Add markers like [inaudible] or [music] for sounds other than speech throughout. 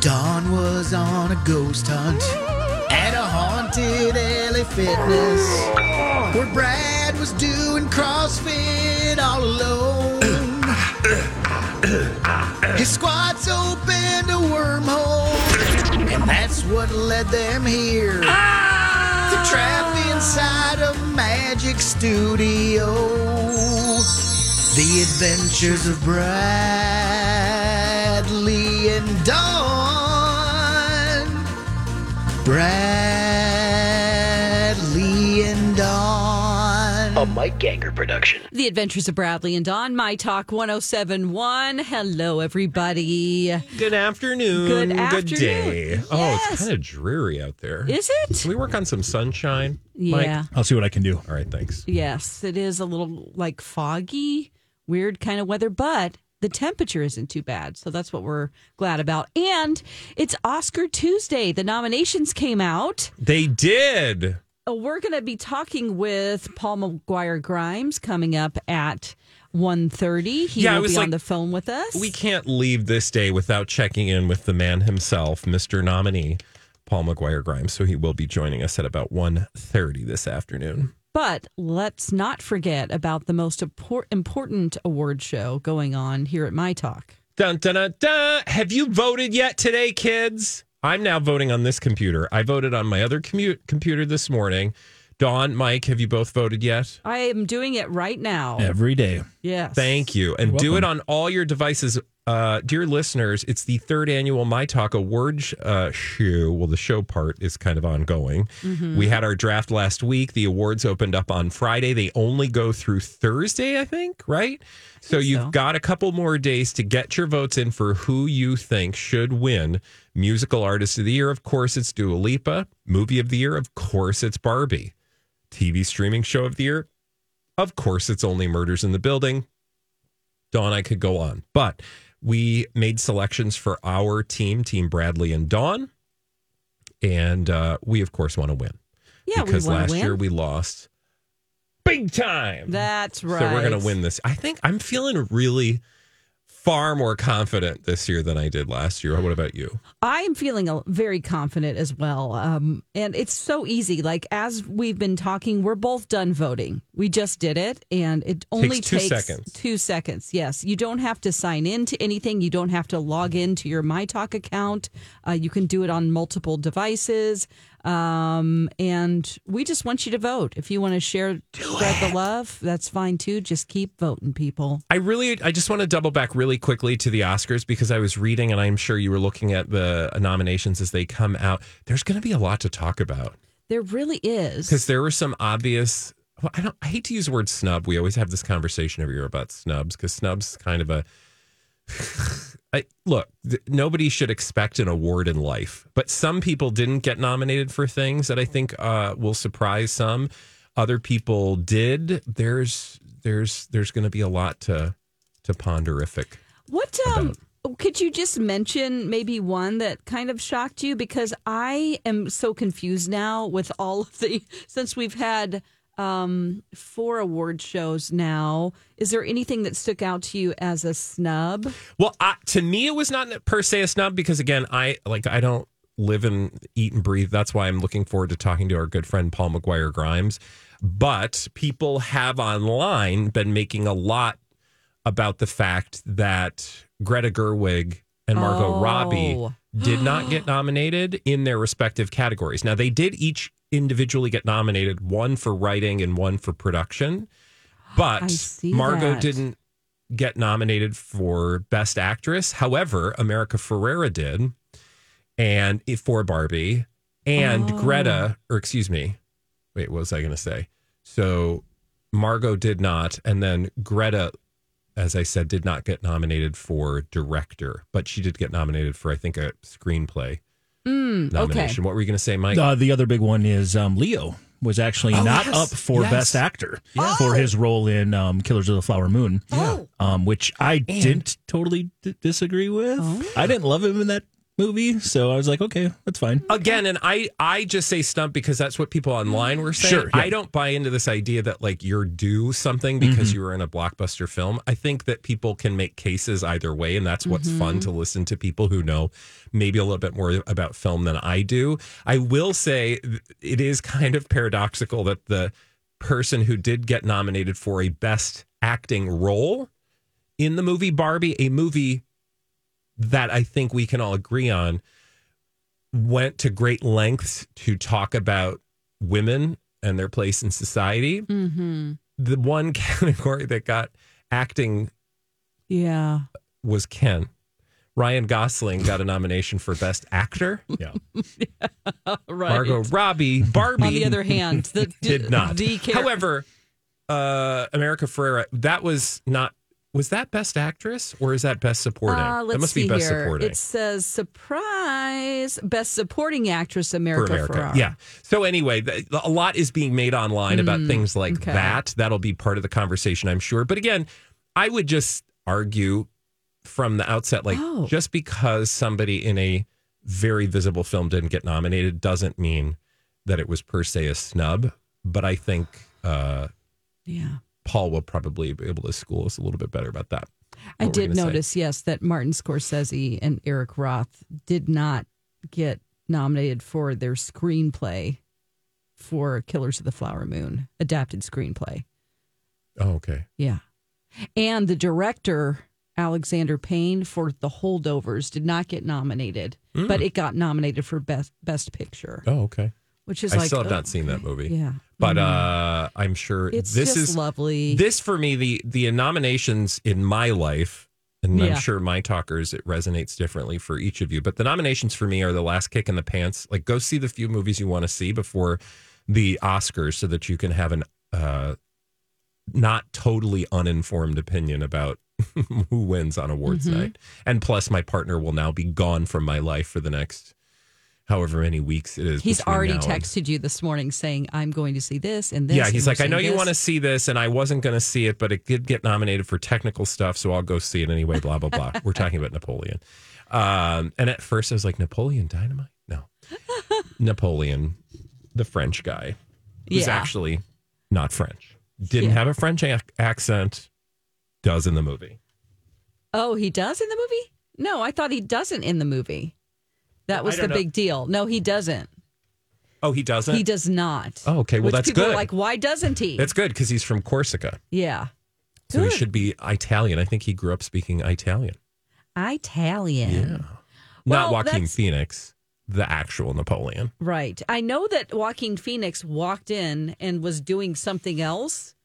Don was on a ghost hunt at a haunted LA Fitness where Brad was doing CrossFit all alone. His squats opened a wormhole, and that's what led them here. The trap inside a magic studio. The Adventures of Bradley and Dawn. Bradley and Dawn. A Mike Ganger production. The Adventures of Bradley and Dawn, My Talk 1071. Hello, everybody. Good afternoon. Good day. afternoon. Oh, it's Yes. kind of dreary out there. Is it? Can we work on some sunshine? Mike? Yeah. I'll see what I can do. All right, thanks. Yes, it is a little like foggy, weird kind of weather, but the temperature isn't too bad. So that's what we're glad about. And it's Oscar Tuesday. The nominations came out. They did. Uh, We're going to be talking with Paul McGuire Grimes coming up at 1.30. He Yeah, I will was be on like, the phone with us. We can't leave this day without checking in with the man himself, Mr. Nominee Paul McGuire Grimes. So he will be joining us at about 1.30 this afternoon. But let's not forget about the most impor- important award show going on here at My Talk. Dun, dun, dun, dun. Have you voted yet today, kids? I'm now voting on this computer. I voted on my other commute computer this morning. Dawn, Mike, have you both voted yet? I am doing it right now. Every day. Yes. Thank you. And do it on all your devices. Uh, dear listeners, it's the third annual My Talk Award sh- uh, show. Well, the show part is kind of ongoing. We had our draft last week. The awards opened up on Friday. They only go through Thursday, I think, right? so you've so. got a couple more days to get your votes in for who you think should win Musical Artist of the Year. Of course, it's Dua Lipa. Movie of the Year, of course, it's Barbie. TV Streaming Show of the Year, of course, it's only murders in the building. Dawn, I could go on, but we made selections for our team, Team Bradley and Dawn, and uh, we of course want to win Yeah, because we want last to win. year we lost big time. That's right. So we're going to win this. I think I'm feeling really far more confident this year than I did last year. What about you? I'm feeling a- very confident as well. Um, and it's so easy. Like, as we've been talking, we're both done voting. We just did it, and it only two seconds. Two seconds, yes. You don't have to sign in to anything. You don't have to log into your MyTalk account. Uh, you can do it on multiple devices. Um, and we just want you to vote. If you want to share, spread the love, that's fine too. Just keep voting, people. I really, I just want to double back really quickly to the Oscars because I was reading, and I'm sure you were looking at the nominations as they come out. There's going to be a lot to talk about There really is. because there were some obvious. Well, I don't. I hate to use the word snub. We always have this conversation every year about snubs because snubs kind of a. [sighs] I, look, th- nobody should expect an award in life, but some people didn't get nominated for things that I think uh, will surprise some. Other people did. There's there's there's going to be a lot to to ponderific. What um could you just mention maybe one that kind of shocked you because I am so confused now with all of the [laughs] since we've had um four award shows now is there anything that stuck out to you as a snub Well, I, to me, it was not per se a snub because again, I like I don't live and eat and breathe. That's why I'm looking forward to talking to our good friend Paul McGuire Grimes. But people have online been making a lot about the fact that Greta Gerwig and Margot Oh. Robbie did not get nominated in their respective categories. Now they did each individually get nominated, one for writing and one for production. I But see Margot that. didn't get nominated for Best Actress. However, America Ferrera did, and it- for Barbie and Oh. Greta, or excuse me, wait, what was I going to say? So Margot did not, and then Greta, as I said, did not get nominated for director, but she did get nominated for I think a screenplay mm, okay nomination. What were you going to say, Mike? Uh, the other big one is um, Leo was actually Oh, not yes, up for yes. Best Actor for his role in um, Killers of the Flower Moon, um, which I didn't totally d- disagree with. I didn't love him in that movie. So I was like, okay, that's fine. again and i i just say stump because that's what people online were saying Sure, yeah. i don't buy into this idea that like you're due something because Mm-hmm. you were in a blockbuster film i think that people can make cases either way and that's what's Mm-hmm. fun to listen to people who know maybe a little bit more about film than i do i will say th- it is kind of paradoxical that the person who did get nominated for a best acting role in the movie barbie a movie that i think we can all agree on went to great lengths to talk about women and their place in society. Mm-hmm. The one [laughs] category that got acting Yeah. was Ken. Ryan Gosling got a nomination for Best [laughs] Actor. Yeah. Right. Margot Robbie, Barbie. On the other hand, [laughs] the, did not. The char- However, uh, America Ferrera, that was not. Was that Best Actress or is that Best Supporting? Uh, let's that must see be Best here. Supporting. It says surprise, best supporting actress for America America. Ferrara. Yeah. So anyway, th- a lot is being made online about things like Mm, okay. that. That'll be part of the conversation, I'm sure. But again, I would just argue from the outset, like Oh. just because somebody in a very visible film didn't get nominated doesn't mean that it was per se a snub. But I think uh, yeah. Paul will probably be able to school us a little bit better about that. I What were did you gonna say? notice, yes, that Martin Scorsese and Eric Roth did not get nominated for their screenplay for Killers of the Flower Moon, adapted screenplay. Oh, okay. Yeah. And the director, Alexander Payne, for The Holdovers did not get nominated, Hmm. but it got nominated for Best Best Picture, Oh, okay. which is I like. still have oh, not seen that movie. Yeah. Mm-hmm. But uh, I'm sure It's this just is lovely. this for me the the nominations in my life and i'm Yeah. sure my talkers it resonates differently for each of you but the nominations for me are the last kick in the pants like go see the few movies you want to see before the oscars so that you can have an uh not totally uninformed opinion about [laughs] who wins on awards Mm-hmm. night and plus my partner will now be gone from my life for the next however many weeks it is He's between already now and- texted you this morning saying, I'm going to see this and this. yeah, and he's we're like, I seeing know you this." want to see this, and I wasn't going to see it, but it did get nominated for technical stuff, so I'll go see it anyway. Blah blah blah. We're talking about Napoleon, um, and at first I was like, Napoleon Dynamite? [laughs] No, Napoleon, the French guy, who's Yeah. actually not French, didn't Yeah. have a French ac- accent, does in the movie. Oh, he does in the movie? No, I thought he doesn't in the movie. That was don't the know. big deal. No, he doesn't. Oh, he doesn't. He does not. Oh, okay. Well, Which that's people good. Are like, why doesn't he? That's good because he's from Corsica, yeah. so he should be Italian. I think he grew up speaking Italian, Italian. not Well, Joaquin that's- Phoenix, the actual Napoleon. Right. I know that Joaquin Phoenix walked in and was doing something else,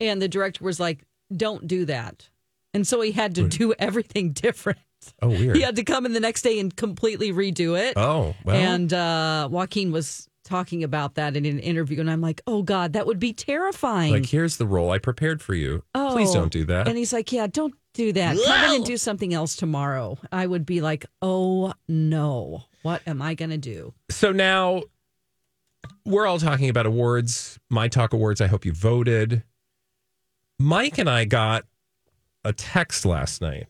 and the director was like, don't do that. And so he had to do [laughs] everything different. Oh, weird. He had to come in the next day and completely redo it. Oh, well. And uh, Joaquin was talking about that in an interview, and I'm like, oh God, that would be terrifying. like, here's the role I prepared for you. oh, Please don't do that. And he's like, yeah, don't do that. Come in and do something else tomorrow. I would be like, oh no, what am I gonna do? so now we're all talking about awards. My Talk Awards. I hope you voted. Mike and I got a text last night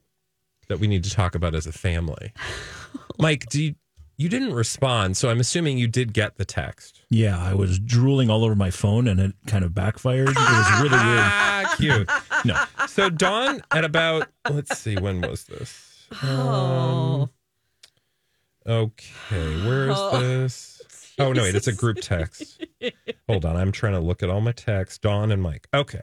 that we need to talk about as a family. [laughs] Mike, do you, you didn't respond, so I'm assuming you did get the text. Yeah, I was drooling all over my phone and it kind of backfired. It was really weird. [laughs] Ah, cute. No. So Dawn, at about let's see, when was this? Um, Oh. Okay, where is this? Oh no, wait, it's a group text. Hold on, I'm trying to look at all my texts. Dawn and Mike. Okay,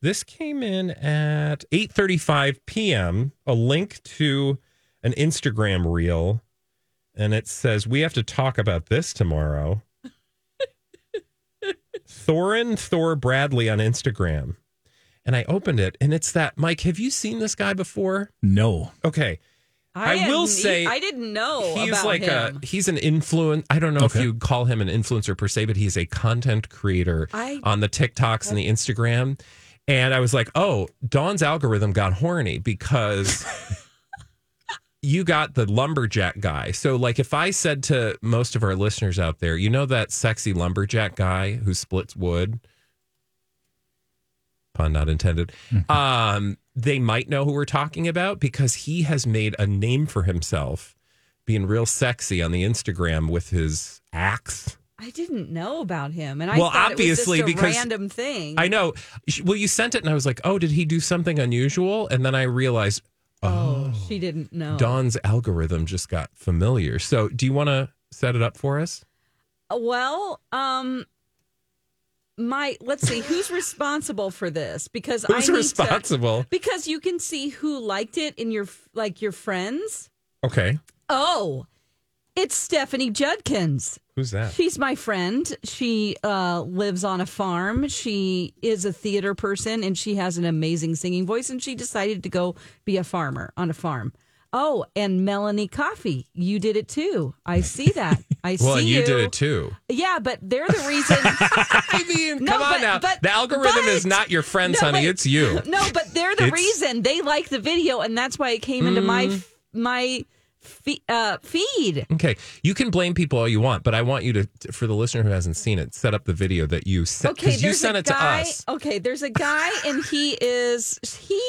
this came in at 8:35 p.m. A link to an Instagram reel, and it says we have to talk about this tomorrow. Thorin Thor Bradley on Instagram, and I opened it, and it's that Mike. Have you seen this guy before? No. Okay, I will hadn't e- say I didn't know he's about like him. a he's an influence. I don't know if Okay. you call him an influencer per se, but he's a content creator I- on the TikToks and the Instagram. And I was like, oh, Dawn's algorithm got horny because you got the lumberjack guy. So, like, if I said to most of our listeners out there, you know that sexy lumberjack guy who splits wood, pun not intended, um, they might know who we're talking about because he has made a name for himself being real sexy on the Instagram with his axe. I didn't know about him, and I Well, thought obviously, it was just a because random thing. I know. Sh- Well, you sent it, and I was like, "Oh, did he do something unusual?" And then I realized, oh, she didn't know. Dawn's algorithm just got familiar. So, do you want to set it up for us? Well, um, my let's see who's responsible for this because Who's I need responsible? to, because you can see who liked it in your like your friends. Okay, Oh, it's Stephanie Judkins. who's that? She's my friend. She uh, lives on a farm. She is a theater person and she has an amazing singing voice. And she decided to go be a farmer on a farm. Oh, and Melanie Coffee, you did it too. I see that. I [laughs] Well, see and you, did it too. Yeah, but they're the reason. [laughs] I mean, No, come on but- now. but- the algorithm but- is not your friends, No, honey. wait. It's you. no, but they're the It's- Mm. reason they like the video, and that's why it came into my f- my fe- uh, feed. Okay, you can blame people all you want, but I want you to, for the listener who hasn't seen it, set up the video that you sent Okay, because there's you sent a it guy. to us. Okay, there's a guy, and he is he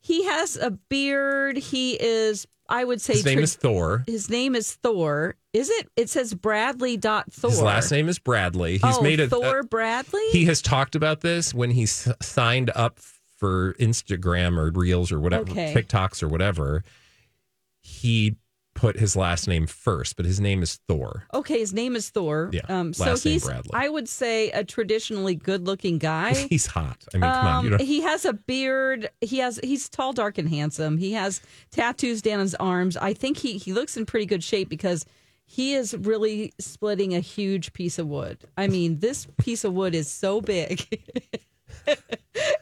he has a beard. He is, I would say, His name tra- is Thor. his name is Thor. Is it? It says Bradley dot Thor. His last name is Bradley. He's oh, made a, Thor Bradley. he has talked about this when he s- signed up for Instagram or Reels or whatever Okay. TikToks or whatever. He put his last name first, but his name is Thor. okay, his name is Thor. Um, Yeah, so last name he's, Bradley. I would say, a traditionally good-looking [laughs] guy. He's hot. I mean, come on, you Um, [laughs] don't, he has a beard. He has he's tall, dark, and handsome. He has tattoos down his arms. I think he he looks in pretty good shape because he is really splitting a huge piece of wood. I mean, this piece of wood is so big. [laughs]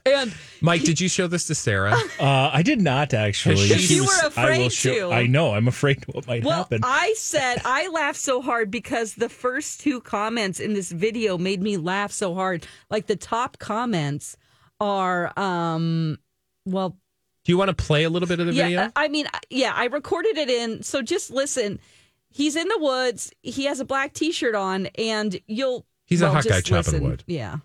and Mike. did you show this [laughs] to Sarah? Uh, I did not actually. She She You was- were I will afraid show- to. I know. I'm afraid what might well, uh, happen. I said I laughed so hard because the first two comments in this video made me laugh so hard. Like the top comments are um well Do you want to play a little bit of the yeah, video? I I mean, I- yeah, I recorded it in. So just listen. He's in the woods. He has a black T-shirt on, and you'll. He's a well, hot guy just chopping listen. wood. Yeah.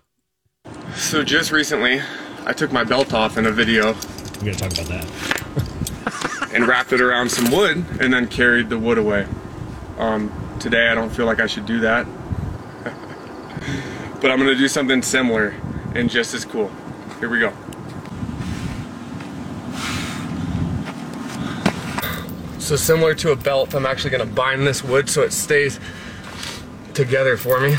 So just recently, I took my belt off in a video We're going to talk about that. and wrapped it around some wood and then carried the wood away. Um, today, I don't feel like I should do that, [laughs] but I'm gonna do something similar and just as cool. Here we go. So similar to a belt, I'm actually gonna bind this wood so it stays together for me.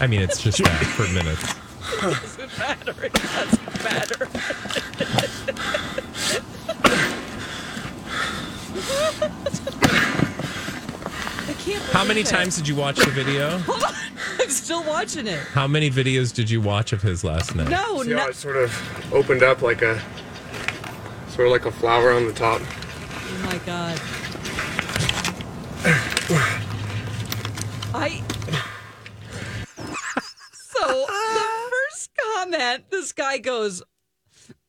I mean, it's just that for minutes. I can't. How many believe it. times did you watch the video? Hold on. I'm still watching [laughs] it. How many videos did you watch of his last night? No, See how no. it sort of opened up like a sort of like a flower on the top. Oh my god. I. So the first comment, this guy goes,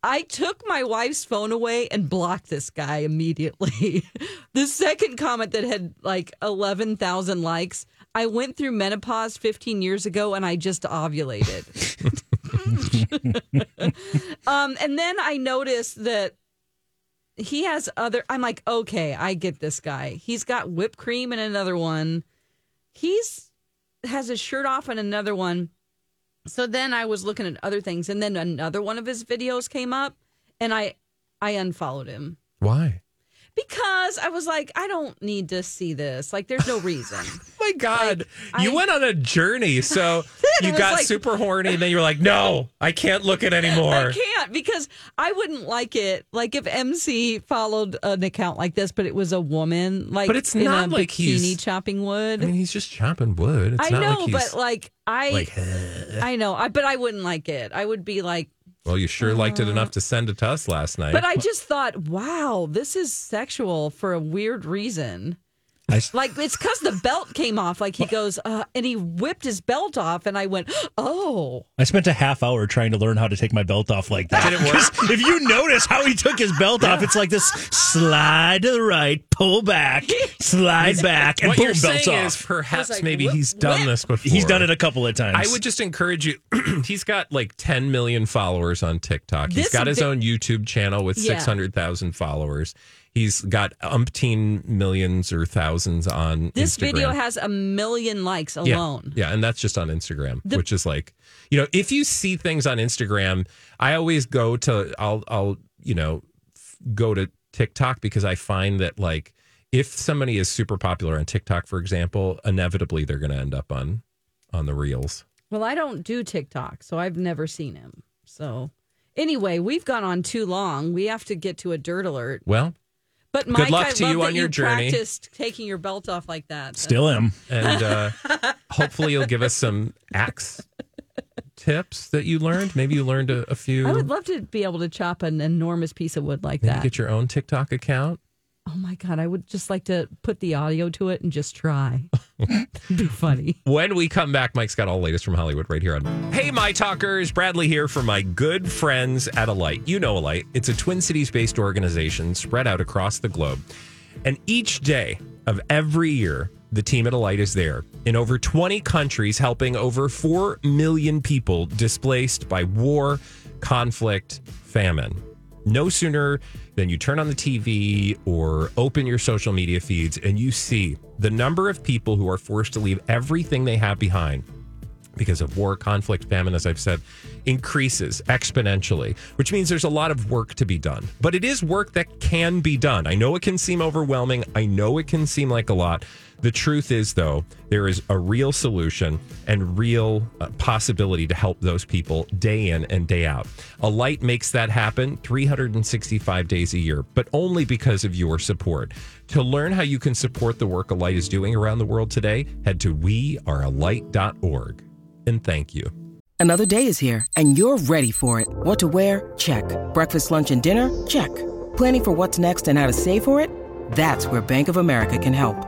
I took my wife's phone away and blocked this guy immediately. [laughs] the second comment that had like 11,000 likes, I went through menopause 15 years ago and I just ovulated. [laughs] um, and then I noticed that he has other I'm like, okay, I get this guy. He's got whipped cream in another one. He's has his shirt off in another one. So then I was looking at other things and then another one of his videos came up and I I unfollowed him Why? because I was like, I don't need to see this. Like there's no [laughs] reason. Oh my God. Like, you I- went on a [laughs] journey. So you was got like- super horny, and then you were like, no, I can't look at [laughs] anymore. I can't because I wouldn't like it. Like if MC followed an account like this, but it was a woman, like But it's in not a like bikini he's- chopping wood. I mean, he's just chopping wood. It's I not know, like he's but like I, like, I know, I but I wouldn't like it. I would be like, well, you sure liked it enough to send it to us last night. but I just thought, wow, this is sexual for a weird reason. I s- Like it's because the belt came off. Like he goes, uh, and he whipped his belt off, and I went, oh. I spent a half hour trying to learn how to take my belt off like that. Did it work? 'Cause if you notice how he took his belt off, it's like this slide to the right, pull back, slide back, and what boom, you're belt's saying off. is perhaps like, maybe whoop, he's done whoop. this before. He's done it a couple of I times. would just encourage you. [clears throat] he's got like 10 million followers on TikTok. he's This got his vi- own YouTube channel with Yeah. 600,000 followers. He's got umpteen millions or thousands on This Instagram. video has a million likes yeah. alone. Yeah, and that's just on Instagram, which is like, you know, if you see things on Instagram, I always go to I'll I'll, you know, f- go to TikTok because I find that like if somebody is super popular on TikTok, for example, inevitably they're going to end up on on the reels. Well, I don't do TikTok, so I've never seen him. So anyway, we've gone on too long. We have to get to a dirt alert. Well, But Mike, luck I to love you that on your you journey. practiced taking your belt off like that. Still am. and uh, [laughs] hopefully you'll give us some axe tips that you learned. Maybe you learned a, a few. I would love to be able to chop an enormous piece of wood like Maybe that. get your own TikTok account. Oh my god, I would just like to put the audio to it and just try. [laughs] That'd be funny. When we come back, Mike's got all the latest from Hollywood right here on. Hey, my talkers, Bradley here for my good friends at Alight. You know Alight; it's a Twin Cities-based organization spread out across the globe, and each day of every year, the team at Alight is there in over 20 countries, helping over four million people displaced by war, conflict, famine. No sooner than you turn on the TV or open your social media feeds and you see the number of people who are forced to leave everything they have behind because of war, conflict, famine, as I've said, increases exponentially, which means there's a lot of work to be done. But it is work that can be done. I know it can seem overwhelming. I know it can seem like a lot. The truth is, though, there is a real solution and real uh, possibility to help those people day in and day out. A light makes that happen 365 days a year, but only because of your support. To learn how you can support the work Alight is doing around the world today, head to wearealight.org and thank you. Another day is here, and you're ready for it. What to wear? Check. Breakfast, lunch, and dinner? Check. Planning for what's next and how to save for it? That's where Bank of America can help.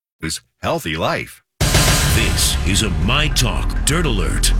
is healthy life. This is a My Talk Dirt Alert.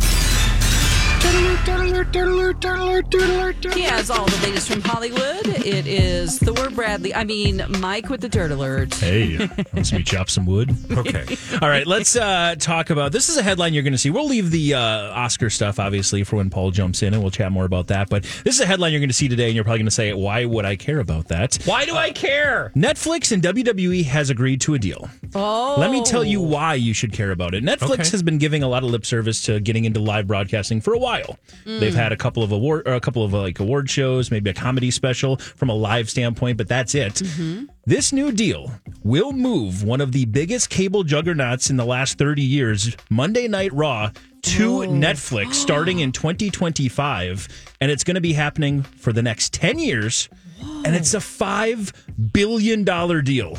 He has all the latest from Hollywood. It is Thor Bradley. I mean Mike with the dirt alert. Hey, [laughs] wants me chop some wood? Okay. [laughs] All right, let's uh, talk about this. Is a headline you're going to see. We'll leave the uh, Oscar stuff obviously for when Paul jumps in, and we'll chat more about that. But this is a headline you're going to see today, and you're probably going to say, "Why would I care about that?" Why do I care? Netflix and WWE has agreed to a deal. Oh Let me tell you why you should care about it. Netflix Okay. has been giving a lot of lip service to getting into live broadcasting for a while. They've had a couple of award, or a couple of uh, like award shows, maybe a comedy special from a live standpoint, but that's it. This new deal will move one of the biggest cable juggernauts in the last 30 years, Monday Night Raw, to Netflix starting in 2025. And it's going to be happening for the next 10 years. And it's a $5 billion deal.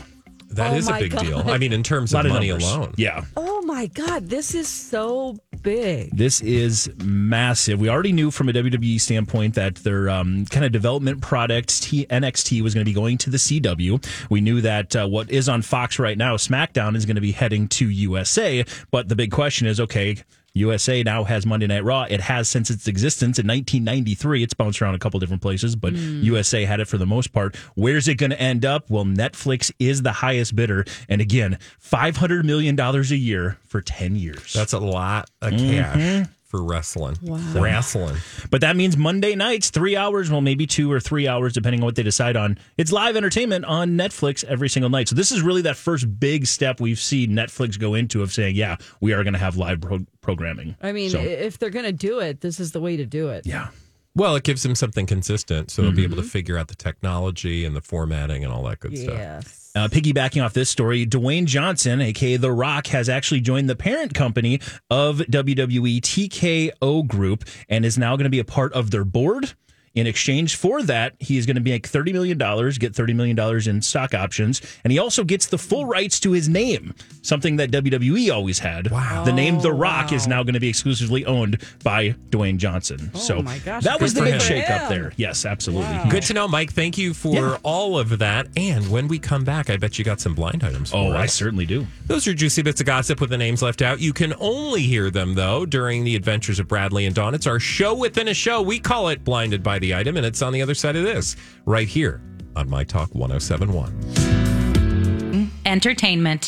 That Oh is a my big God. deal. I mean, in [laughs] terms of A lot of money numbers. alone. Yeah. Oh my god, this is so big. This is massive. We already knew from a WWE standpoint that their um, kind of development product T- NXT was going to be going to the CW. We knew that uh, what is on Fox right now, SmackDown, is going to be heading to USA. But the big question is, okay. USA now has Monday Night Raw. It has since its existence in 1993. It's bounced around a couple different places, but USA had it for the most part. Where's it going to end up? Well, Netflix is the highest bidder. And again, $500 million a year for 10 years. Mm-hmm. That's a lot of cash for wrestling. Wrestling. But that means Monday nights, three hours, well, maybe two or three hours, depending on what they decide on. It's live entertainment on Netflix every single night. So this is really that first big step we've seen Netflix go into of saying, yeah, we are going to have live pro- programming. I mean, So, i- if they're going to do it, this is the way to do it. yeah. Well, it gives them something consistent, so they'll be Mm-hmm. able to figure out the technology and the formatting and all that good stuff. Yes. Uh, piggybacking off this story, Dwayne Johnson, aka The Rock, has actually joined the parent company of E WWE TKO Group and is now going to be a part of their board. In exchange for that, he is going to make $30 million, get $30 million in stock options, and he also gets the full rights to his name, something that WWE always had. Wow. The name The Rock is now going to be exclusively owned by Dwayne Johnson. so my gosh, that was good for the big him. shakeup there. Yes, absolutely. Good to know, Mike. Thank you for Yeah. all of that. And when we come back, I bet you got some blind items. For Oh, I us. certainly do. Those are juicy bits of gossip with the names left out. You can only hear them, though, during the adventures of Bradley and Dawn. It's our show within a show. We call it Blinded by the Item, and it's on the other side of this, right here on My Talk 1071. Entertainment.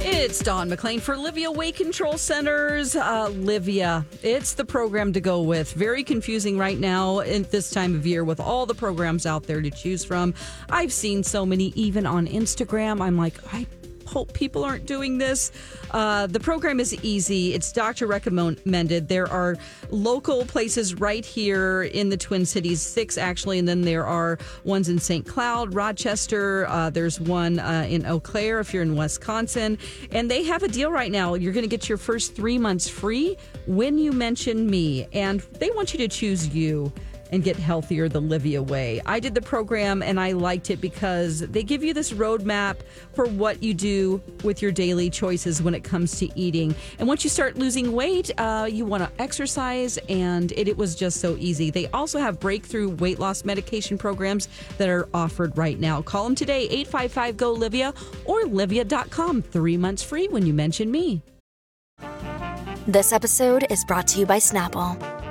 It's Don McLean for Livia Way Control Centers. Uh, Livia, it's the program to go with. Very confusing right now at this time of year with all the programs out there to choose from. I've seen so many, even on Instagram. I'm like, I hope people aren't doing this. Uh, the program is easy. It's doctor recommended. There are local places right here in the Twin Cities, six actually, and then there are ones in St. Cloud, Rochester. Uh, there's one uh, in Eau Claire if you're in Wisconsin. And they have a deal right now. You're going to get your first three months free when you mention me, and they want you to choose you and get healthier the Livia way. I did the program and I liked it because they give you this roadmap for what you do with your daily choices when it comes to eating. And once you start losing weight, uh, you want to exercise, and it, it was just so easy. They also have breakthrough weight loss medication programs that are offered right now. Call them today, 855 GO Livia or livia.com. Three months free when you mention me. This episode is brought to you by Snapple.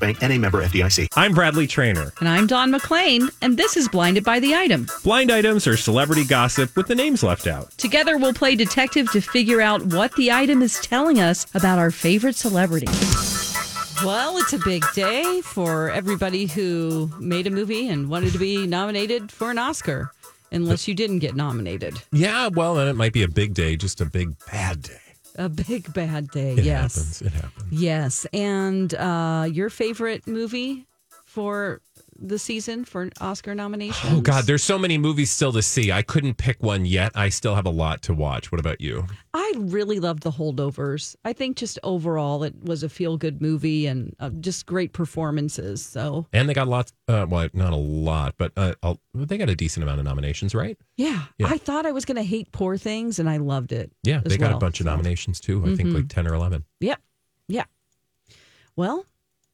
Bank and a member FDIC. I'm Bradley Trainer. And I'm Don McLean, and this is Blinded by the Item. Blind items are celebrity gossip with the names left out. Together, we'll play detective to figure out what the item is telling us about our favorite celebrity. Well, it's a big day for everybody who made a movie and wanted to be nominated for an Oscar, unless you didn't get nominated. Yeah, well, then it might be a big day, just a big bad day. A big bad day, It yes. happens. It happens. Yes. And uh, your favorite movie for the season for an Oscar nomination? Oh God, there's so many movies still to see. I couldn't pick one yet. I still have a lot to watch. What about you? I really loved the holdovers. I think just overall, it was a feel good movie and uh, just great performances. So, And they got lots. Uh, well, not a lot, but uh, a- they got a decent amount of nominations, right? yeah, Yeah. I thought I was going to hate Poor Things, and I loved it. Yeah, as they got well. a bunch of nominations too. I think like ten or eleven. Yep. Yeah. Well,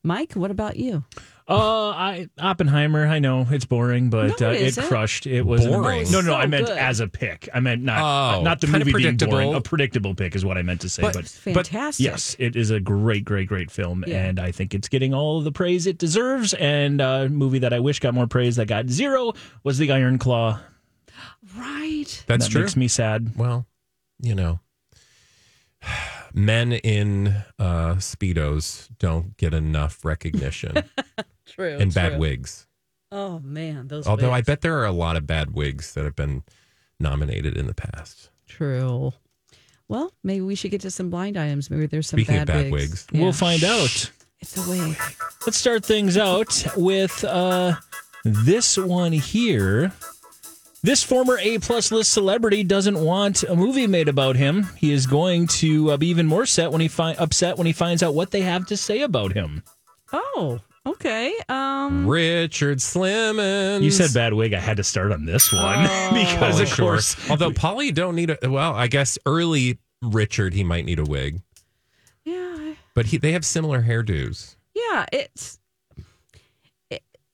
Mike, what about you? Uh, I Oppenheimer. I know it's boring, but No, uh, it it isn't. crushed. It was Boring. No, no, So I meant good. as a pick. I meant not Oh, not the kinda movie being boring. predictable. A predictable pick is what I meant to say. But- But, Fantastic. yes, it is a great, great, great film, Yeah. and I think it's getting all the praise it deserves. And a movie that I wish got more praise that got zero was The Iron Claw. Right. That's that true. Makes me sad. well, you know, men in uh, speedos don't get enough recognition True. and bad wigs. Oh man, those. Although I wigs. bet there are a lot of bad wigs that have been nominated in the past. True. Well, maybe we should get to some blind items. Maybe there's some Speaking bad, of bad wigs. wigs. Yeah. We'll find out. It's a wig. Let's start things out with uh, this one here. This former A plus list celebrity doesn't want a movie made about him. He is going to uh, be even more set when he fi- upset when he finds out what they have to say about him. Oh, okay. Um, Richard Slimmons. You said bad wig. I had to start on this one [laughs] because, Pauly of Shore. course, Although Polly don't need a well, I guess early Richard he might need a wig, yeah, I- but he they have similar hairdos. yeah. It's. it-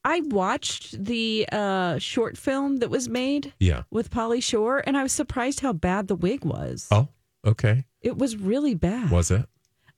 I watched the uh, short film that was made Yeah. with Polly Shore, and I was surprised how bad the wig was. Oh, okay. It was really bad. Was it?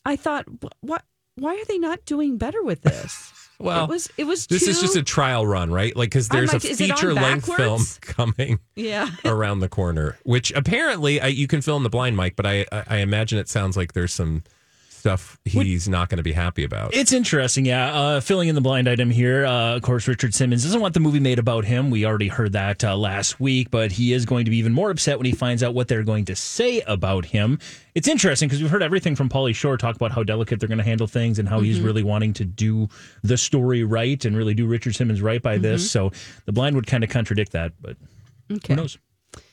I thought, wh- what? Why are they not doing better with this? [laughs] Well, it was. It was. This is too- just a trial run, right? Like because I'm there's like, a is it on feature length film [laughs] backwards? coming yeah. around the corner, which apparently I, you can fill in the blind, Mike. But I, I I imagine it sounds like there's some stuff he's not going to be happy about. It's interesting, yeah. Uh, filling in the blind item here, uh, of course, Richard Simmons doesn't want the movie made about him. We already heard that uh, last week, but he is going to be even more upset when he finds out what they're going to say about him. It's interesting because we've heard everything from Paulie Shore talk about how delicate they're going to handle things and how he's really wanting to do the story right and really do Richard Simmons right by this. So the blind would kind of contradict that, but Okay. who knows?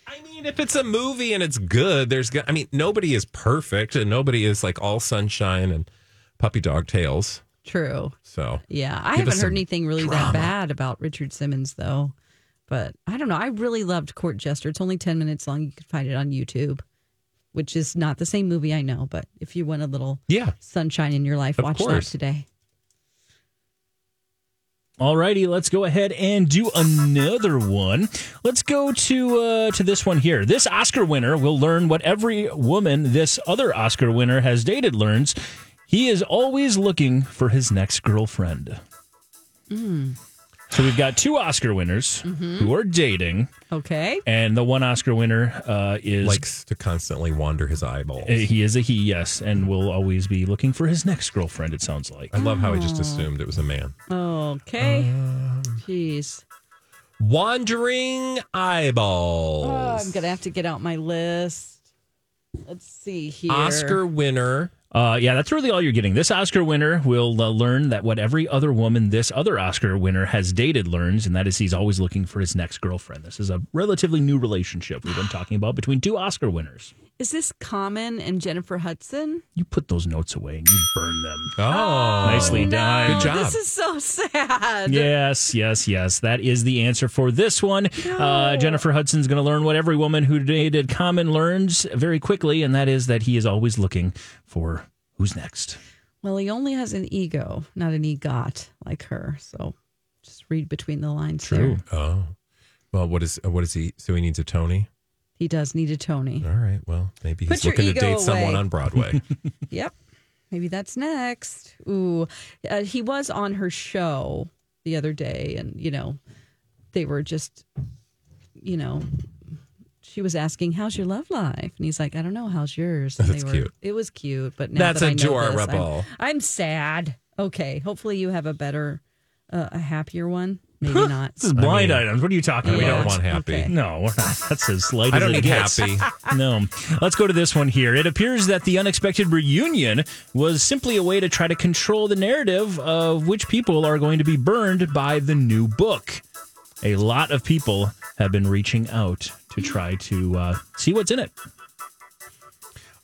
I mean, if it's a movie and it's good, there's. go- I mean, nobody is perfect, and nobody is like all sunshine and puppy dog tails. True. So Yeah, I Give haven't us heard some anything really drama. that bad about Richard Simmons though. But I don't know. I really loved Court Jester. It's only ten minutes long. You can find it on YouTube, which is not the same movie I know. But if you want a little yeah, sunshine in your life, Of watch course. that today. Alrighty, let's go ahead and do another one. Let's go to uh, to this one here. This Oscar winner will learn what every woman this other Oscar winner has dated learns. He is always looking for his next girlfriend. So we've got two Oscar winners who are dating, Okay. and the one Oscar winner uh, is likes to constantly wander his eyeballs. uh, he is a he, yes, and will always be looking for his next girlfriend. It sounds like. I love how I Ah. just assumed it was a man. Okay. Uh, Jeez. Wandering eyeballs. Oh, I'm gonna have to get out my list. Let's see here. Oscar winner. Uh, yeah, that's really all you're getting. This Oscar winner will uh, learn that what every other woman this other Oscar winner has dated learns, and that is he's always looking for his next girlfriend. This is a relatively new relationship we've been talking about between two Oscar winners. Is this Common and Jennifer Hudson? You put those notes away and you burn them. Oh, Nicely done. Good job. This is so sad. Yes, yes, yes. That is the answer for this one. Uh, Jennifer Hudson's going to learn what every woman who dated Common learns very quickly, and that is that he is always looking for who's next. Well, he only has an ego, not an egot like her. So just read between the lines there. Oh, well, what is what is he? So he needs a Tony. He does need a Tony. All right. Well, maybe he's Put your looking to ego date someone away. [laughs] on Broadway. Yep. Maybe that's next. Ooh. Uh, he was on her show the other day, and, you know, they were just, you know, she was asking, How's your love life? And he's like, I don't know. How's yours? And That's they were, cute. It was cute, but now That's that a I know Jor this, I'm- Rebel. I'm, sad. Okay. Hopefully you have a better, uh, a happier one. [laughs] Maybe not. This is blind mean, items. What are you talking we about? don't want happy. Okay. No, we're not. That's as light I as don't it need gets. happy. [laughs] No. Let's go to this one here. It appears that the unexpected reunion was simply a way to try to control the narrative of which people are going to be burned by the new book. A lot of people have been reaching out to try to uh, see what's in it.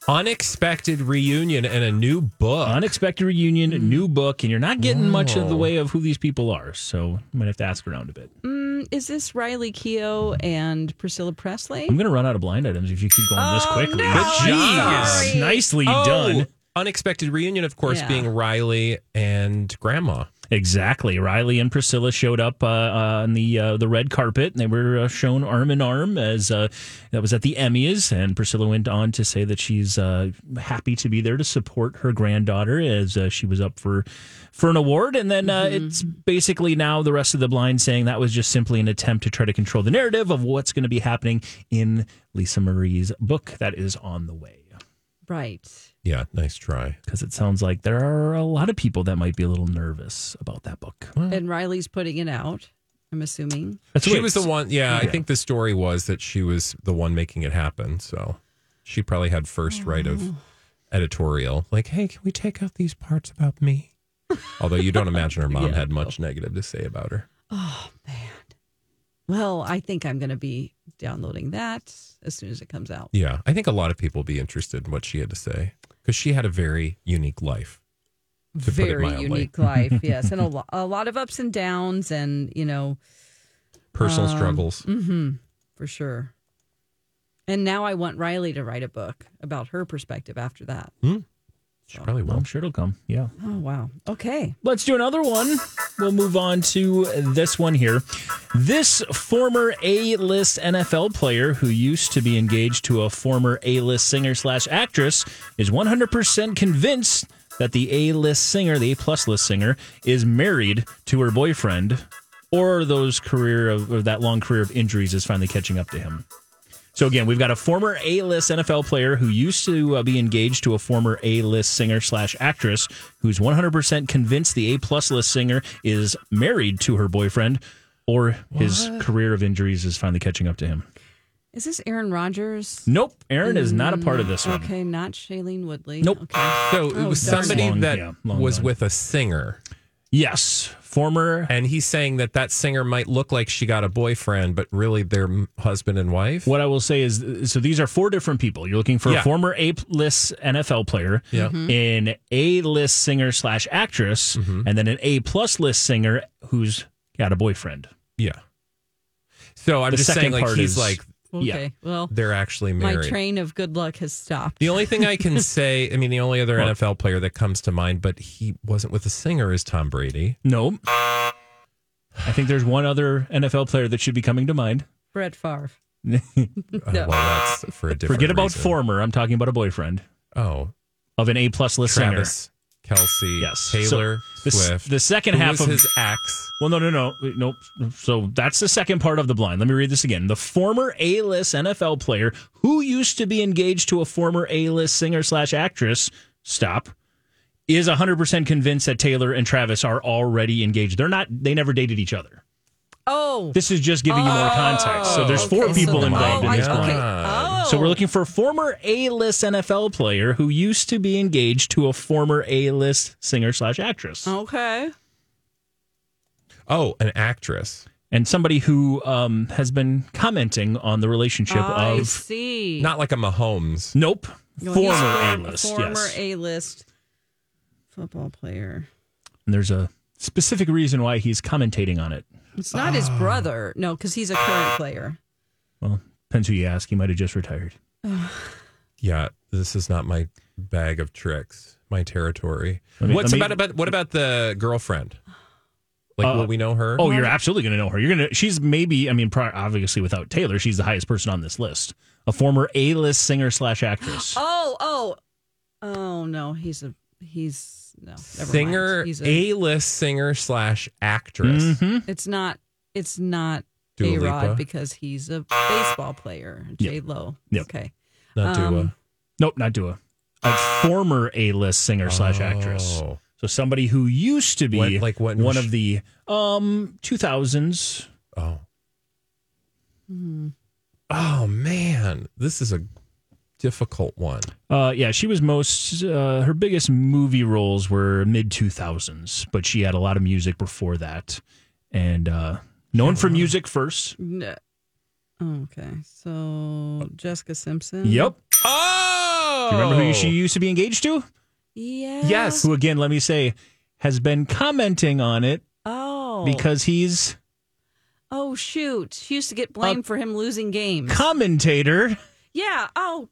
Unexpected reunion and a new book. Unexpected reunion, new book, and you're not getting much of the way of who these people are. So you might have to ask around a bit. Mm, is this Riley Keough and Priscilla Presley? I'm going to run out of blind items if you keep going this quickly. no. Good job. Jeez, nicely Oh, done. Unexpected reunion, of course, Yeah. being Riley and Grandma. Exactly. Riley and Priscilla showed up uh, uh, on the uh, the red carpet, and they were uh, shown arm in arm as uh, that was at the Emmys. And Priscilla went on to say that she's uh, happy to be there to support her granddaughter as uh, she was up for for an award. And then uh, it's basically now the rest of the blind saying that was just simply an attempt to try to control the narrative of what's going to be happening in Lisa Marie's book that is on the way. Mm-hmm. Right. Yeah, nice try. Because it sounds like there are a lot of people that might be a little nervous about that book. And Riley's putting it out, I'm assuming. That's she what was it's- the one. Yeah, I Yeah. think the story was that she was the one making it happen. So she Oh. [laughs] probably had first right of editorial. Like, hey, can we take out these parts about me? Although you don't imagine her mom had much negative to say about her. Oh man. Well, I think I'm going to be downloading that as soon as it comes out. Yeah, I think a lot of people would be interested in what she had to say because she had a very unique life. to put it Very mildly. unique [laughs] life, yes, and a, lo- a lot of ups and downs, and you know, Personal Um, struggles. mm. hmm for sure. And now I want Riley to write a book about her perspective after that. Hmm. She probably will. I'm sure it'll come. Yeah. Oh wow. Okay. Let's do another one. We'll move on to this one here. This former A list NFL player who used to be engaged to a former A list singer slash actress is 100% convinced that the A list singer, the A plus list singer, is married to her boyfriend or those career of or that long career of injuries is finally catching up to him. So again, we've got a former A-list NFL player who used to uh, be engaged to a former A-list singer slash actress who's 100% convinced the A-plus list singer is married to her boyfriend or his career of injuries is finally catching up to him. Is this Aaron Rodgers? Nope, Aaron is not a part of this one. Mm, Okay, not Shailene Woodley. Nope. Okay. So it Oh, was darn somebody Long- that yeah, long was gone. with a singer, Yes, former and he's saying that that singer might look like she got a boyfriend, but really they're m- husband and wife. What I will say is, so these are four different people. You're looking for Yeah. a former A-list NFL player, Yeah. an A-list singer slash actress, Mm-hmm. and then an A-plus list singer who's got a boyfriend. Yeah. So I'm The just saying, second like part he's is- like Okay. Well, they're actually my married. train of good luck has stopped. The only thing I [laughs] can say, I mean, the only other Well- NFL player that comes to mind, but he wasn't with a singer, is Tom Brady. No. I think there's one other NFL player that should be coming to mind. Brett Favre. Uh, [laughs] No. well, that's for a different. Forget about reason. former. I'm talking about a boyfriend Oh, of an A-plus list singer. Travis, Kelsey, Yes. Taylor So the s- Swift. the second Who half was of- his ex. Well, no, no, no, Wait, nope. So that's the second part of the blind. Let me read this again. The former A-list NFL player who used to be engaged to a former A-list singer slash actress, stop, is 100% convinced that Taylor and Travis are already engaged. They're not. They never dated each other. Oh. This is just giving you more context. So there's four okay, people so- involved oh, in I- this okay. blind. Oh. So we're looking for a former A-list NFL player who used to be engaged to a former A-list singer slash actress, Okay. Oh, an actress, and somebody who um, has been commenting on the relationship Oh, I of see. not like a Mahomes. nope Well, he's former form- A-list. Former yes, A-list football player. and there's a specific reason why he's commentating on it. It's not his brother. No, because he's a current player. Well, depends who you ask. He might have just retired. Yeah, this is not my bag of tricks, my territory. Let me- What's let me- about about what about the girlfriend? Like, Uh, will we know her? Oh, you're absolutely going to know her. You're going to. She's maybe. I mean, pro- obviously, without Taylor, she's the highest person on this list. A former A-list singer slash actress. Oh, oh, oh no, he's a he's no never singer, Mind. He's a, A list singer slash actress. Mhm. it's not it's not Dua A Lipa? Rod because he's a baseball player. J Lo. Yep. Okay. Not uh, Dua. Um, Nope, not Dua. A former A-list singer slash actress. Oh. So somebody who used to be When- like when one was of the um 2000s. Oh. Mm-hmm. Oh man, this is a difficult one. Uh, yeah, she was most uh, her biggest movie roles were mid 2000s, but she had a lot of music before that, and uh, known for music first. n- Okay. So Jessica Simpson. Yep. Oh, Do you remember who she used to be engaged to? Yeah. Who again? Let me say has been commenting on it Oh. because he's Oh shoot. She used to get blamed for him losing games. commentator, yeah. Oh.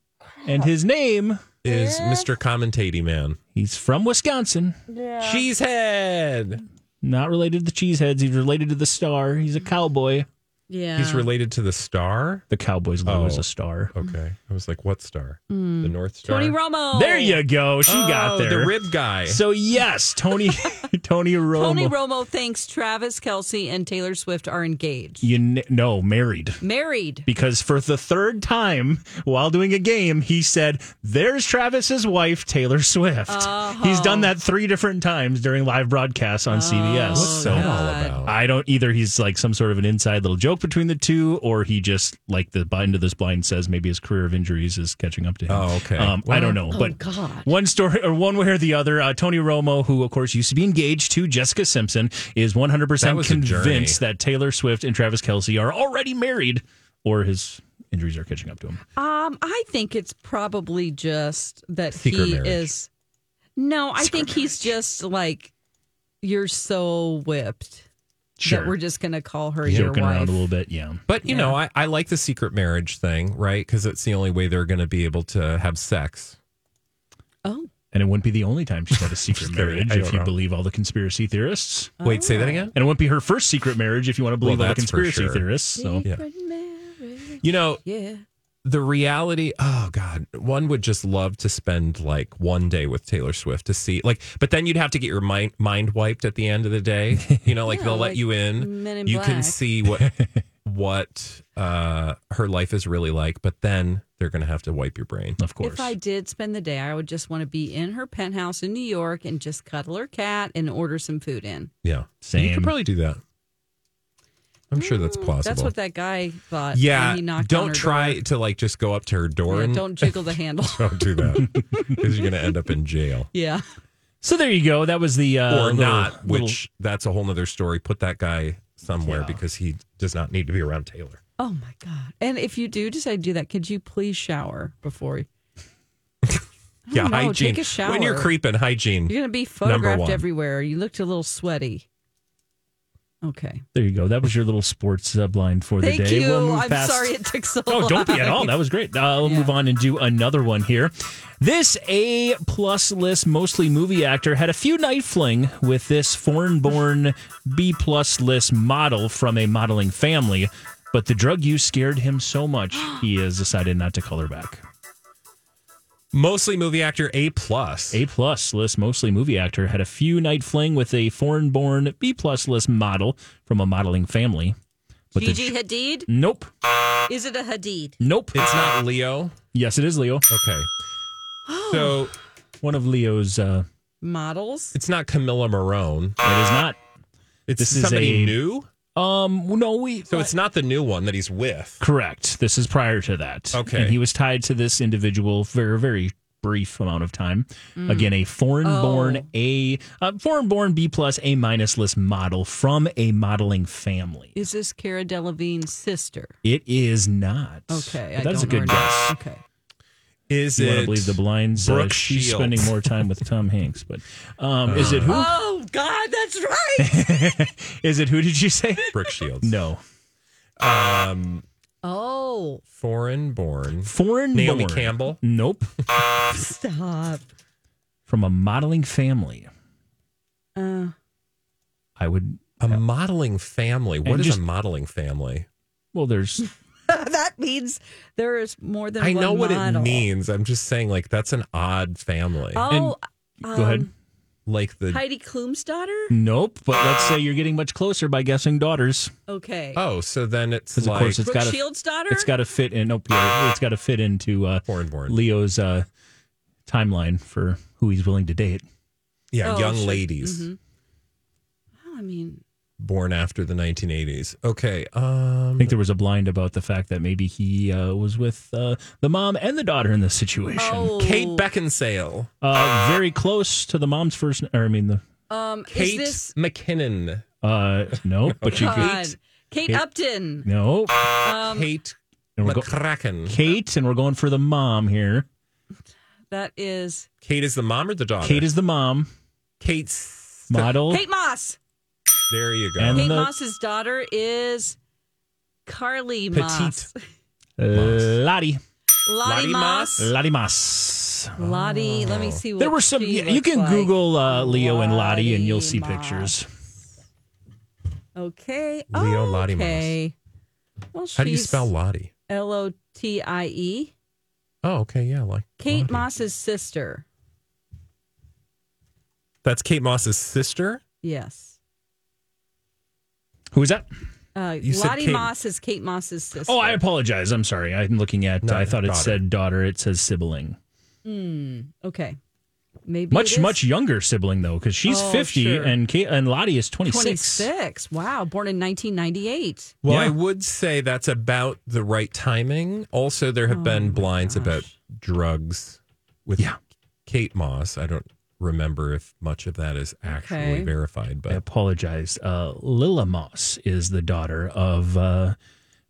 and his name is Mr. Commentating Man? he's from Wisconsin. Cheesehead. Not related to the Cheeseheads. He's related to the star. He's a cowboy. Yeah. He's related to the star. The cowboy's logo is Oh. a star. Okay, I was like, what star? Mm. The North Star. Tony Romo. There you go. She got Oh, there. The rib guy. So yes, Tony [laughs] [laughs] Tony Romo. Tony Romo thinks Travis Kelsey and Taylor Swift are engaged. you kn- no married Married. because for the third time while doing a game, he said, "There's Travis's wife, Taylor Swift." He's done Uh-huh. that three different times during live broadcasts Oh, on CBS. What's Oh, so that all about? I don't either. He's like some sort of an inside little joke between the two, or he just like the bind of this blind says maybe his career of injuries is catching up to him. Oh, okay. Um, I don't know, but God. one story or one way or the other. Uh, Tony Romo, who of course used to be engaged to Jessica Simpson is 100% That was a journey. convinced that Taylor Swift and Travis Kelsey are already married or his injuries are catching up to him. Um, I think it's probably just that Secret he marriage. is. No, I think he's just like you're so whipped Sure. that we're just going to call her your Joking wife. around a little bit, yeah. But you know, I, I like the secret marriage thing, right? Because it's the only way they're going to be able to have sex. Oh, And it wouldn't be the only [laughs] time she's had a secret Just kidding. marriage I if don't you know. believe all the conspiracy theorists. Wait, say that Oh. again? And it wouldn't be her first secret marriage if you want to believe Well, all the that's for conspiracy sure. theorists. So Yeah. You know, yeah. the reality. Oh God, one would just love to spend like one day with Taylor Swift to see, like, but then you'd have to get your mind mind wiped at the end of [laughs] the day. You know, like Yeah, they'll let like you in. Men in you can Black. see what [laughs] what uh, her life is really like, but then they're going to have to wipe your brain. Of course. If I did spend the day, I would just want to be in her penthouse in New York and just cuddle her cat and order some food in. yeah, You Same. could probably do that. I'm sure that's plausible. Hmm, That's what that guy thought. when yeah, Uh, he knocked on don't her try door. to like just go up to her door Yeah, and don't jiggle the [laughs] handle. [laughs] Don't do [laughs] that because you're going to end up in jail yeah. So there you go. That was the uh, or little- not, little- which that's a whole nother story. Put that guy somewhere Yeah. because he does not need to be around Taylor. Oh my god! And if you do decide to do that, could you please shower before? you- I Yeah, don't know, hygiene. Take a shower. When you're creeping, hygiene. You're going to be one. photographed everywhere. You looked a little sweaty. Okay. there you go. That was your little sports uh, blind for Thank the day. you. We'll move I'm past- sorry it took [laughs] so long. Oh, don't be at all. That was great. Uh, I'll move on and do another one here. This A plus list, mostly movie actor, had a few night fling with this foreign born B plus list model from a modeling family, but the drug use scared him so much he has decided not to call her back. Mostly movie actor A plus. A plus list, mostly movie actor, had a few night fling with a foreign born B plus list model from a modeling family. But the, Gigi Hadid? nope, Is it a Hadid? nope. It's not Leo. Yes, it is Leo. Okay. Oh. So One of Leo's. Uh, Models? it's not Camilla Marone. it is not. It's This is somebody a- new. Um, no, we. So it's not the new one that he's with. Correct. This is prior to that. Okay. And he was tied to this individual for a very brief amount of time. Mm. Again, a foreign Oh. born A, uh, foreign born B plus A minus list model from a modeling family. Is this Cara Delevingne's sister? It is not. Okay. But I that is a don't know good her name. guess. Okay. Is You it? want to believe the blinds? uh, Brooke she's Shields? spending more time with Tom Hanks, but um, is it who? Oh, God, that's right. [laughs] Is it who? Did you say? Brooke Shields. [laughs] No. Um, oh, foreign born. Foreign Naomi born. Campbell. Nope. stop. From a modeling family. Uh, I would. A modeling family. What And is just- a modeling family? Well, there's that means there is more than I one know what it model. means. I'm just saying, like, that's an odd family. Oh, go ahead. um, like the Heidi Klum's daughter? Nope, but let's say you're getting much closer by guessing daughters, Okay. oh, so then it's because of like course it's Brooke got to Shields' daughter? it's got to fit in. Nope, yeah, it's got to fit into uh, foreign born. Leo's uh, timeline for who he's willing to date. yeah, Oh, young sure. ladies Mhm. Well, Oh, I mean, born after the 1980s. Okay, I um, think there was a blind about the fact that maybe he uh, was with uh, the mom and the daughter in this situation. oh, Kate Beckinsale, Uh, very close to the mom's first. Or I mean the Um, Kate is this McKinnon, uh, no, but you God, um, Kate. Kate, Kate- Upton? No, Kate and we're go- McCracken. Kate, and we're going for the mom here. That is Kate is the mom or the daughter? Kate is the mom Kate's model. Kate Moss. There you go. And Kate the- Moss's daughter is Carly Petite. Moss. Lottie, [laughs] Lottie Lottie Uh, Moss. Lottie Moss. Lottie. Let me see. What There were some. she You, you looks can like. Google uh, Leo and Lottie, and you'll Lottie see Moss. pictures. Okay. Leo Lottie Moss. okay. Well, she's How do you spell Lottie? L O T I E? Oh, okay, yeah, like Kate Lottie. Moss's sister. That's Kate Moss's sister. Yes. Who is that? Uh, You said Lottie Kate- Moss is Kate Moss's sister. Oh, I apologize. I'm sorry. I'm looking at. No, I thought it daughter. said daughter. It says sibling. Okay. Maybe it Much is much younger sibling though, because she's Oh, 50 sure. and Kate and Lottie is 26. 26. Wow. Born in 1998. Well, Yeah. I would say that's about the right timing. Oh Also, there have been blinds about drugs with Yeah. Kate Moss. I don't remember if much of that is actually Okay. verified, but I apologize. Uh, Lila Moss is the daughter of uh,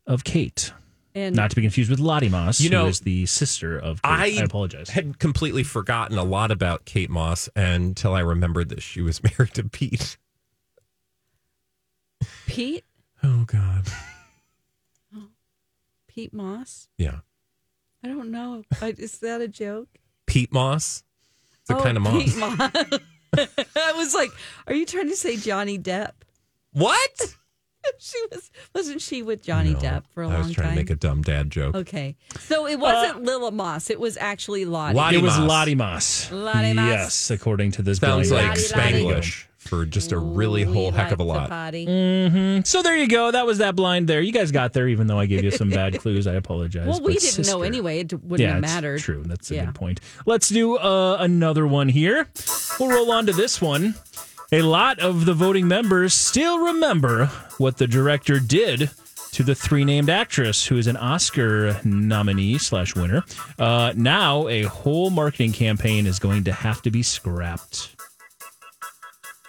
of Kate. And- Not to be confused with Lottie Moss, You know, who is the sister of Kate. I, I apologize. Had completely forgotten a lot about Kate Moss until I remembered that she was [laughs] married to Pete. Pete? Oh God. Pete Moss? Yeah. I don't know. I, is that a joke? Pete Moss. It's the Oh, kind of moss. Pete Moss. [laughs] I was like, are you trying to say Johnny Depp? [laughs] What? she was wasn't she with Johnny No, Depp for a I long was time? trying Oh, to make a dumb dad joke. okay. So it wasn't Lila Moss, it was actually Lottie. Lottie it was Moss. Lottie Moss. Lottie Moss. Yes, according to this. Sounds Billy like Rose. Spanglish for just a really whole heck of a lot. Body. Mhm. So there you go. That was that blind there. You guys got there, even though I [laughs] gave you some bad clues. I apologize. Well, we But didn't know sister- anyway. It wouldn't have it's mattered. True, that's a Yeah. good point. Let's do uh, another one here. We'll roll on to this one. A lot of the voting members still remember what the director did to the three named actress, who is an Oscar nominee slash winner. Uh, now, a whole marketing campaign is going to have to be scrapped.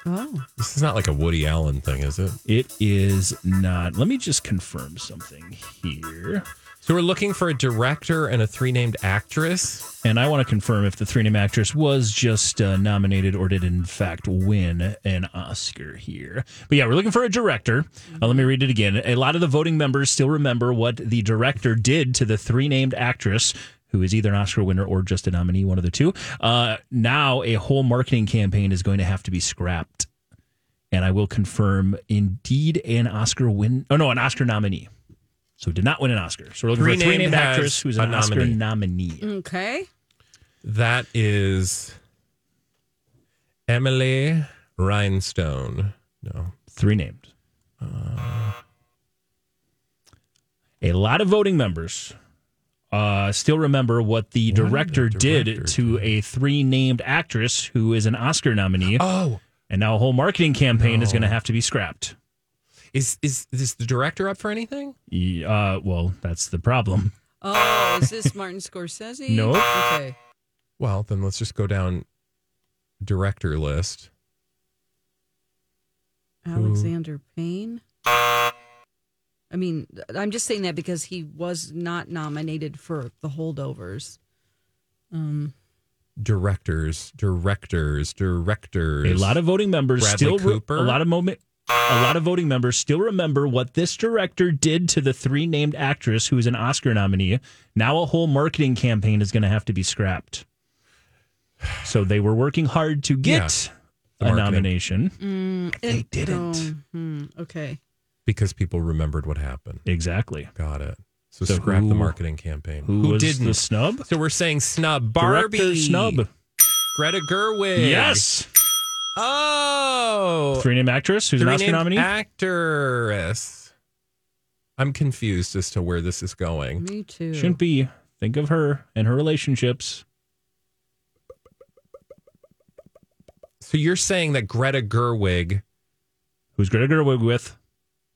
Oh. This is not like a Woody Allen thing, is it? It is not. Let me just confirm something here. So we're looking for a director and a three named actress. And I want to confirm if the three name actress was just uh, nominated or did in fact win an Oscar here. But yeah, we're looking for a director. Uh, let me read it again. A lot of the voting members still remember what the director did to the three named actress. Who is either an Oscar winner or just a nominee, one of the two. Uh, now, a whole marketing campaign is going to have to be scrapped. And I will confirm indeed an Oscar win. Oh, no, an Oscar nominee. So did not win an Oscar. So we're looking for a Three-named three named has actress who's a an Oscar nominee. nominee. Okay. That is Emily Rhinestone. No. Three named. Uh, a lot of voting members uh, still remember what the What did the director, director did to a three named actress who is an Oscar nominee. Oh, And now a whole marketing campaign is No. going to have to be scrapped. is is is the director up for anything? Ye- Uh, well, that's the problem. Oh, is this Martin Scorsese? No. Okay. Well, then let's just go down director list. Alexander Payne. I mean, I'm just saying that because he was not nominated for the holdovers. Um, Directors, directors, directors. A lot of voting members Bradley still re- Cooper? a lot of moment a lot of voting members still remember what this director did to the three named actress who is an Oscar nominee. Now a whole marketing campaign is going to have to be scrapped. So they were working hard to get The a marketing. nomination. they didn't. Mm-hmm. okay. because people remembered what happened. Exactly. Got it. So, So scrap the who- marketing campaign. Who, was the snub? So we're saying snub Barbie Director snub. Greta Gerwig. Yes. Oh. Three named actress who's an Three Oscar named nominee. Actress. I'm confused as to where this is going. Me too. Shouldn't be. Think of her and her relationships. So you're saying that Greta Gerwig, Who's Greta Gerwig with?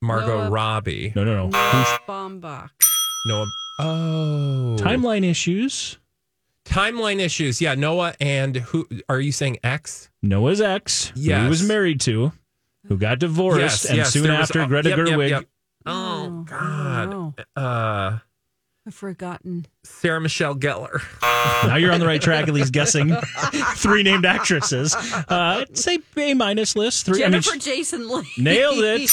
Margot Noah. Robbie, No, no, no. Noah Baumbach. Noah. Oh. Timeline issues. Timeline issues. Yeah. Noah and who are you saying X? Noah's ex, who Yes. he was married to, who got divorced, and soon there was- after oh, Greta yep, yep, Gerwig. yep. Oh, God. wow. Uh, I've forgotten. Sarah Michelle Gellar. [laughs] Now you're on the right track, at [laughs] least guessing three named actresses. Uh, I'd say A minus list. Three. I mean, Jennifer sh- Jason Leigh. [laughs] nailed it.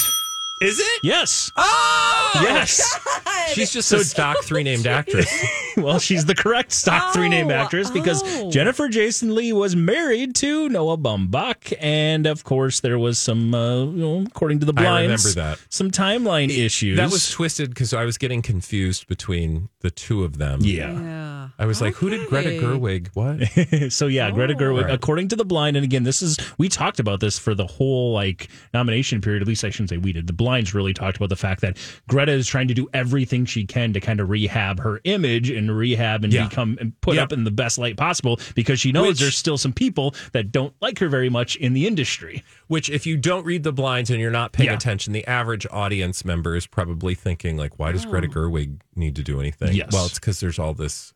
Is it? Yes. Oh, Yes. [laughs] She's just a stock three named actress. Well, she's the correct stock three named Oh, actress because oh. Jennifer Jason Lee was married to Noah Baumbach, and of course there was some, uh, you know, according to the I remember blinds, that. some timeline issues. That was twisted because I was getting confused between the two of them. yeah. Yeah. I was like, who did Greta Okay. Gerwig? What? [laughs] so yeah, Greta Gerwig, Oh. Right. according to the blind, and again, this is we talked about this for the whole like nomination period. At least I shouldn't say we did. The blinds really talked about the fact that Greta is trying to do everything she can to kind of rehab her image and rehab and Yeah. become and put Yeah. up in the best light possible because she knows Which- there's still some people that don't like her very much in the industry. Which, if you don't read the blinds and you're not paying Yeah. attention, the average audience member Oh. is probably thinking, like, why does Greta Gerwig need to do anything? Yes. Well, it's because there's all this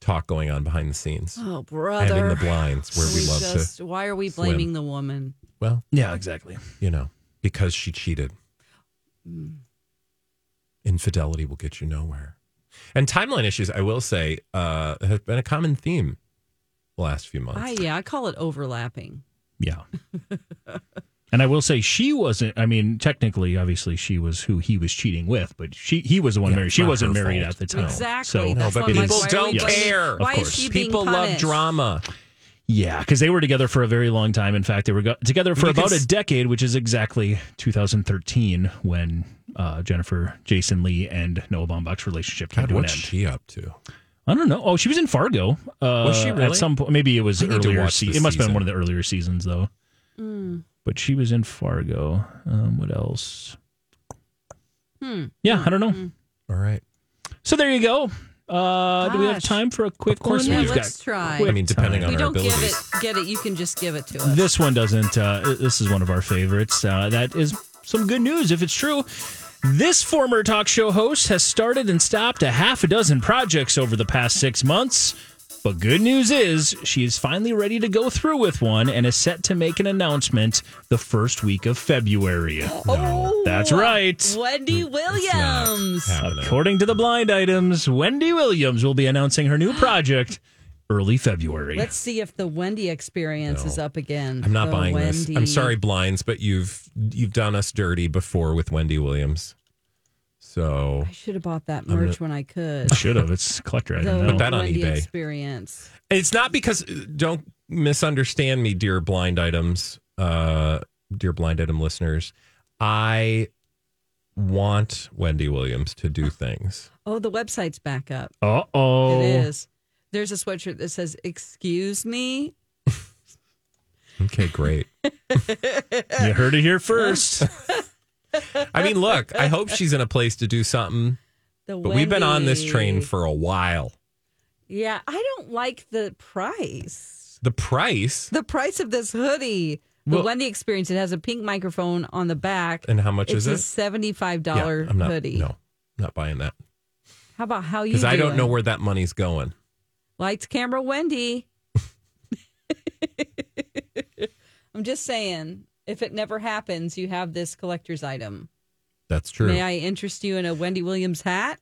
talk going on behind the scenes. Oh, brother. Having the blinds where we love to Why are we swim. blaming the woman? Well, Yeah, exactly. you know, because she cheated. Infidelity will get you nowhere. And timeline issues, I will say, uh, have been a common theme the last few months. I, Ah, yeah, I call it overlapping. Yeah. [laughs] and I will say she wasn't I mean, technically, obviously she was who he was cheating with, but she he was the one Yeah, married. it's She not wasn't her married fault. at the time. Exactly. So no, That's but why I'm like, people why are don't we blaming- care. Why Of is she course. being people love punished? drama. yeah, because they were together for a very long time. In fact, they were go- together for You can about s- a decade, which is exactly 2013 when uh, Jennifer Jason Lee and Noah Baumbach's relationship came God, to an what's end. she up to? I don't know. Oh, she was in Fargo. Uh, Was she really? At some point, maybe it was I need to earlier. watch Se- the it must have season. been one of the earlier seasons, though. Hmm. But she was in Fargo. Um, what else? Hmm. Yeah, I don't know. All right. So there you go. Uh, do we have Gosh. time for a quick course one? Yeah, we do. We've let's got- try. I mean, depending time. we on our don't give abilities. it, get it. You can just give it to us. This one doesn't. Uh, this is one of our favorites. Uh, that is some good news if it's true. This former talk show host has started and stopped a half a dozen projects over the past six months. But good news is she is finally ready to go through with one and is set to make an announcement the first week of February. oh, That's right. Wendy Williams. happening. According to the blind items, Wendy Williams will be [gasps] announcing her new project early February. Let's see if the Wendy experience is up again. I'm not The buying this. I'm Wendy- sorry, blinds, but you've you've done us dirty before with Wendy Williams. So I should have bought that gonna- merch when I [laughs] could. Should have. It's a collector The item. now. that on Wendy eBay. experience. It's not because don't misunderstand me, dear blind items, uh, dear blind item listeners. I want Wendy Williams to do things. Oh, the website's back up. Uh oh. It is. There's a sweatshirt that says "Excuse me." Okay, great. You heard it here first. I mean, look, I hope she's in a place to do something, The but we've been on this Wendy. train for a while. Yeah, I don't like the price. The price The price of this hoodie, the Well- Wendy experience. It has a pink microphone on the back. and how much it's is a it? seventy-five Yeah, dollar I'm not, hoodie. No, I'm not buying that How about how you? because I don't doing? know where that money's going. Lights, camera, [laughs] Wendy. I'm just saying, if it never happens, you have this collector's item. That's true. May I interest you in a Wendy Williams hat?